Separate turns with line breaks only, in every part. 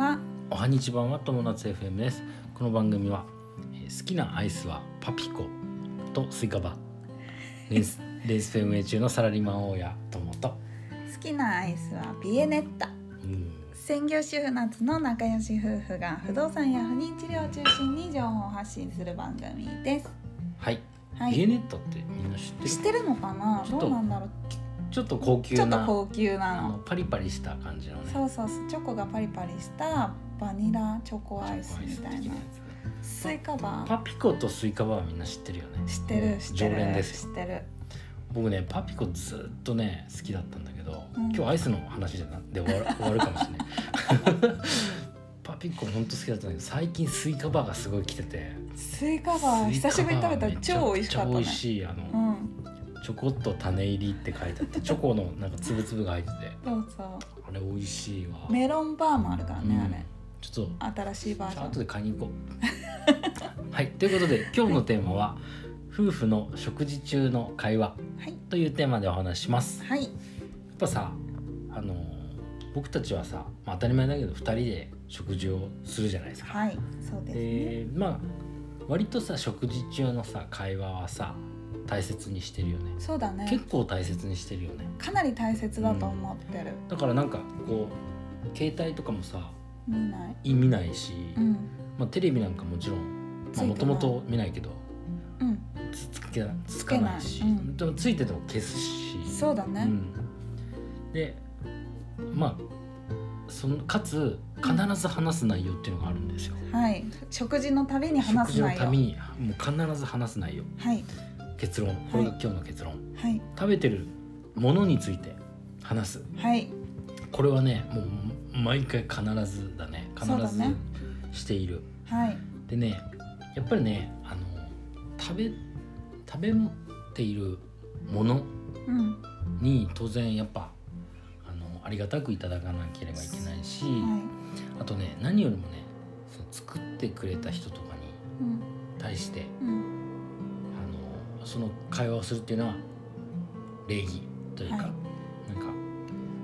んにちは友達 FM ですこの番組は、えー好きなアイスはパピコとスイカバレ ースレースフェンウェイ中のサラリーマン大家友と、
好きなアイスはビエネッタ
うん、
専業主婦夏の仲良し夫婦が不動産や不妊治療を中心に情報を発信する番組です
はい、
は
ビエ
い
ネットってみんな知ってる
知ってるのかな
ちょっ
ど
と
うなんだろう
ちょっと高級
ちょっと
な
高級
あ
な
の
の
パリパリした感じのね
そうそうチョコがパリパリしたバニラチョコアイ
チョ
ス
コアイ
み
ス
た
的
い
な
な
やつね
スイカバ
パ
ー
ピコとスイカバーはみんな知ってるよね
知ってる知って
常連で
る
す
知
よ
ってる
僕ねパピコずっとね好きだったんだけど、
うん
今日アイスの話じゃなで終わる終わるかもしれない パピコほんと好きだったんだけど最近スイカバーがすごい来てて
スイカバー久しぶりに食べたら超美味しかった
め
ね
ちゃくちゃ美味しいあ
う
の、
ん
ちょこっと種入りって書いてあってチョコのなんかつぶつぶが入ってて
そうそう
あれ美味しいわ
メロンバーもあるからね、
うんちょっと
あれ新しいバージ
じゃあ
ョン
後で買いに行こ うはいということで今日のテーマは「夫婦の食事中の会話
はい」
というテーマでお話しします
はい
やっぱさあのー僕たちはさ、まあ、当たり前だけど2人で食事をするじゃないですか。
はいそうですね、
でまあ割とさ食事中のさ会話はさ大切にしてるよね。
そうだね
結構大切にしてるよね。
かなり大切だと思ってる、
だからなんかこう携帯とかもさ
見ない
意見ないし、
うん
まあ、テレビなんかもちろん
ついてない
もともと見ないけど
うん
つつけつかないし
つけないうん
でもついてても消すし。
そうだ
う
ね、
ん、でまあそのかつ必ず話す内容っていうのがあるんですよ。
はい食事のたびに
食
話す
事の
内容
ためにもう必ず話す内容
はい
結論これが今日の結論、
はい
食べてるものについて話す
はい
これはねもう毎回必ずだね必
そうだ
ず
ね
している、
はい
でねやっぱりねあの食べ食べているもの
うん
に当然やっぱあのありがたくいただかなければいけないし、
はい
あとね何よりもねその作ってくれた人とかに
うん
対して
うん
あのその会話をするっていうのは礼儀というか、
はい
なんか、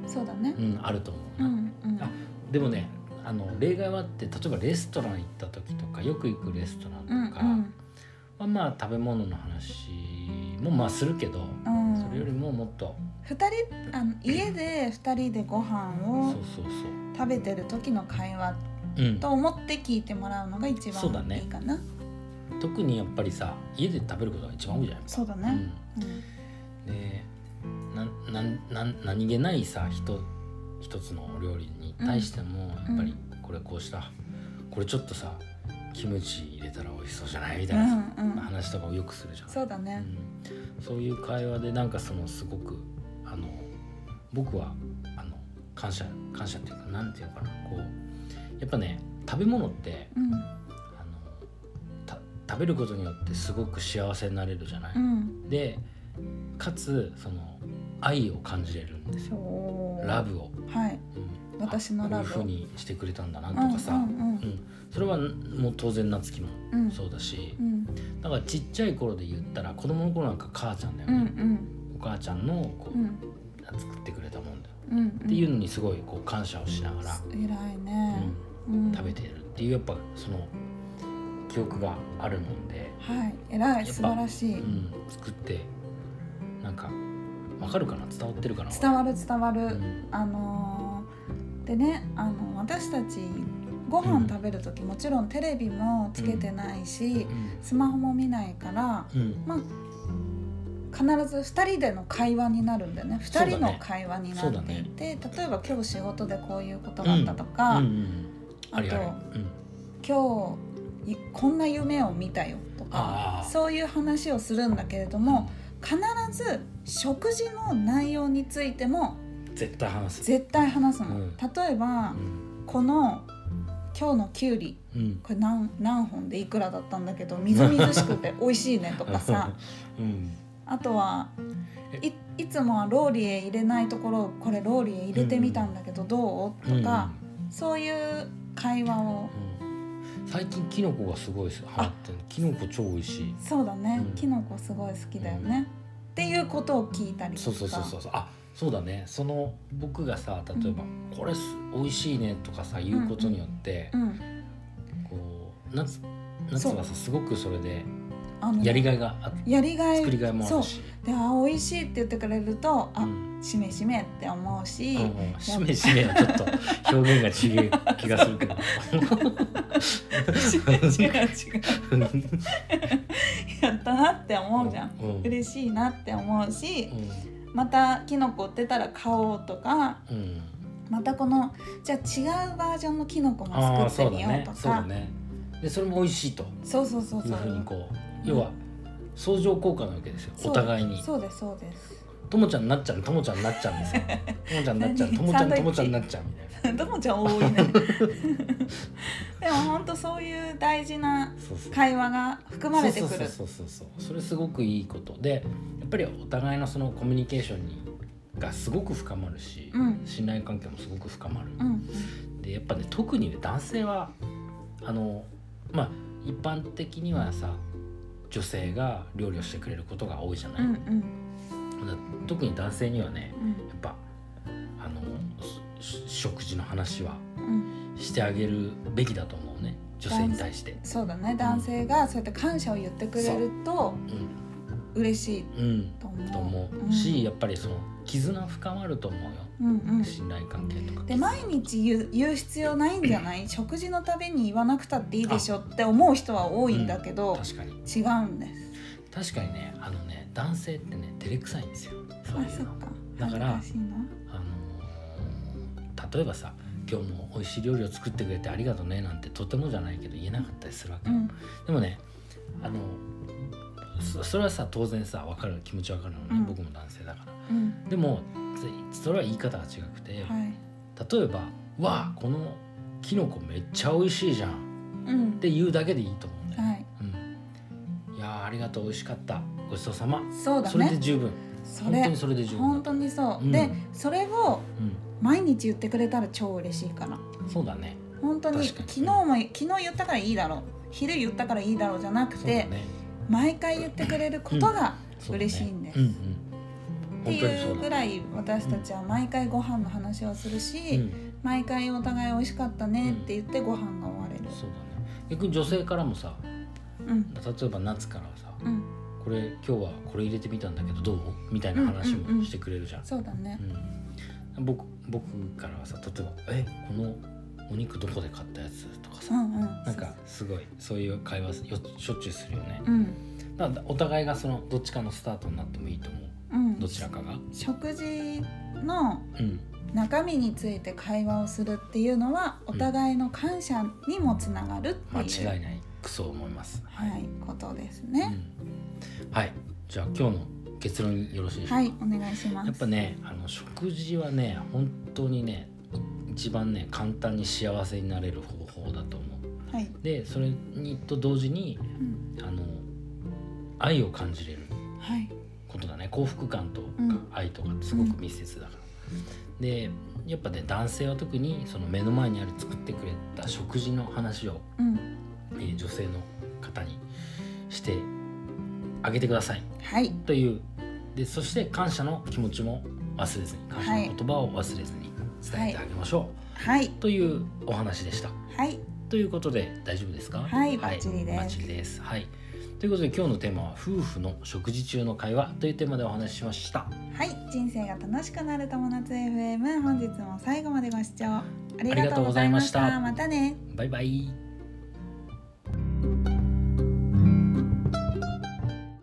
そうだね
うん、あると思う
う
な、
んうん
あでもねあの例外はあって例えばレストラン行った時とかよく行くレストラ
うん
ンとかはまあ食べ物の話もまあするけど、
うん
それよ
うん
りももっと
二人あの家で二人でご飯
そう
を
そうそ
食べてる時の会話
う、うん
と、思って聞いてもらうのが一
そうだ
番
ね
いいかな
特にやっぱりさ家で食べることが一番多いじゃないですか。
そうだね
うんでなんなんなん何気ないさ一一つのお料理に対してもやっぱりこれこうした、これちょっとさキムチ入れたら美味しそうじゃないみ
う
たい
ん
な
う
さ、
んうん
話とかをよくするじゃん
そうだね
うんそういう会話でなんかそのすごくあの僕はあの感謝感謝っていうかなんていうのかなこうやっぱね食べ物って
うん
あのた食べることによってすごく幸せになれるじゃない、
うん
でかつその愛を感じれるんですよ
そう
ラブを、
はい
うん
私のラブを
あこういうふうにしてくれたんだなとかさ、
うんうん
うんそれはもう当然夏樹も
うんうん
そうだし
う、ん
だからちっちゃい頃で言ったら子供の頃なんか母ちゃんだよ
うん
ね、お母ちゃんのこう、
うんうん
作ってくれたもんだよ
うん
っていうのにすごいこう感謝をしながら、
偉いね、
う
うんん
食べているっていうやっぱその記憶があるもんで、
はい偉い素晴らしい、
うん、作ってなんかわかるかな伝わってるかな
伝わる伝わる、
うん
あのーでねあの私たちご飯食べる時、もちろんテレビもつけてないし、スマホも見ないから
うん
必ず2人での会話になるんだよね
そうだ
2人
ね
の会話にな
そうだ
ってい
ね
て、例えば今日仕事でこういうことがあったとか、
うんうんあ
あ
る
と
あるうん
今日いこんな夢を見たよと
あ
か
ー
そういう話をするんだけれども必ず食事の内容についても
絶対話す
絶対話すの、
うん
例えば
うん
この今日のきゅうり
うん
これ何何本でいくらだったんだけどみずみずしく て美味しいねとかさ
うん
あとは
え
いいつもはローリエ入れないところをこれローリエ入れてみたんだけどどう、とか、そういう会話を
うんうん最近キノコがすごい流行ってるキノコ超美味しい
そうだね、
うん
きのこすごい好きだよね、っていうことを聞いたりと
そう
か
そうそうそうそうあそうだねその僕がさ例えば「これす美味しいね」とかさ言うことによって、
うん、
こう夏夏はさすごくそれで
あの
やりがいがあっ
やりがい
作りがいもあるし。
そうであ美味しいって言ってくれるとあ、
うん
しめしめって思うし、
うんしめしめはちょっと表現が違う気がするけど
違う違う やったなって思うじゃん、
うん
嬉しいなって思うし
う、ん
またキノコ売ってたら買おうとか
うん
またこのじゃあ違うバージョンのキノコ
あ
も
あ
作っ
そう
て
だ
みよう
ね
と
そう
か
だねでそれも美味しいと
そうそうそう
い
そうう
ふうにこう要は相乗効果なわけですよ
そう
お互いに
そうですそうです
ともちゃんなっちゃんともちゃんなっちゃんですよともちゃんなっちゃん
何
ともちゃん
サンドイッチ
ともちゃんなっちゃんみたい な
どもちゃん多いねでも本当そういう大事な
そうそう
会話が含まれてくる
そうそうそうそうそうそれすごくいいことでやっぱりお互いのそのコミュニケーションにがすごく深まるし、
うん
信頼関係もすごく深まる、
うん
でやっぱね特にね男性はあのまあ一般的にはさ女性が料理をしてくれることが多いじゃな
う
い、
んうん
だ特に男性にはね
うん
やっぱあのし食事の話は
うん
してあげるべきだと思うね女性に対して。
そうだね男性がそうやって感謝を言ってくれると嬉しい
うん、うん
と思う
と思
ん
うし、やっぱりその絆深まると思うよ
うんうん
信頼関係とか
で毎日言う言う必要ないんじゃない食事のたびに言わなくたっていいでしょって思う人は多いんだけど、
確かに
違うんです
確かにねあのね男性ってね照れくさいんですよそう
あ
い
そうっ
の
か
だから
恥ずしいな
あのー例えばさ今日も美味しい料理を作ってくれてありがとうねなんてとてもじゃないけど言えなかったりするわけ
う
よ、
ん
でもねあのそそれはさ当然さ分かる気持ち分かるのね、
うん
僕も男性だから
うん
でもそそれは言い方が違くて、
はい
例えば「わあこのキノコめっちゃ美味しいじゃん」
うん
って言うだけでいいと思うね、
はい
うん、いやーありがとう美味しかったごちそうさま
そうだ
それで
ね
十分
そ
本当
れ
にそれで十分
本当にそう、
うん
でそれを
う
毎日言ってくれたら超嬉しいから
ん、そうだね
本当に
確かに
昨日も昨日言ったからいいだろう昼言ったからいいだろうじゃなく
そうだ
て、
ね
毎回言ってくれることが
そうだね
嬉しいんです、
うんうん、
って
本当に
い
そうう
ぐ
だ
らい私たちは毎回ご飯の話をするし、
うん、
毎回お互い美味しかったねって言ってご飯が終われる。
そうだね逆に女性からもさ
うん
例えば夏からはさ
うん、
これ今日はこれ入れてみたんだけどどうみたいな話
うんうんう
も
ん
してくれるじゃん,、
そうだね
う。ん僕僕からはさ例えば「えこのお肉どこで買ったやつ?」とか
う
さ
んうん。
なんかすごいそういう会話よしょっちゅうするよね
うん
だからお互いがそのどっちかのスタートになってもいいと思う
うん。
どちらかが
食事の
うん
中身について会話をするっていうのはお互いの感謝にもつながるって
間
いう、
違いないくそ思います
はいことです
う
ね。
ん、はいじゃあ今日の結論よろしいでしょうか、
はいお願いします。
やっぱねあの食事はね本当にね一番ね簡単に幸せになれる方法だと思う
はい。
でそれにと同時に
うん
あの愛を感じれる
はい。
ことだね幸福感とか
うん
愛とかってすごく密接だから、でやっぱね男性は特にその目の前にある作ってくれた食事の話を、
うん
えー女性の方にしてあげてください
はい
というでそして感謝の気持ちも忘れずに感謝の言葉を忘れずに伝えてあげましょう、
はい
というお話でした。
はい
ということで大丈夫ですか
はいバッチリです
バッチリですはいということで今日のテーマは「夫婦の食事中の会話」というテーマでお話ししました。
はい、人生が楽しくなる友達 FM 本日も最後までご視聴あり
あり
がと
がと
うご
うご
ざ
ざ
い
い
ま
ま
し
した
たまたね
バイバイ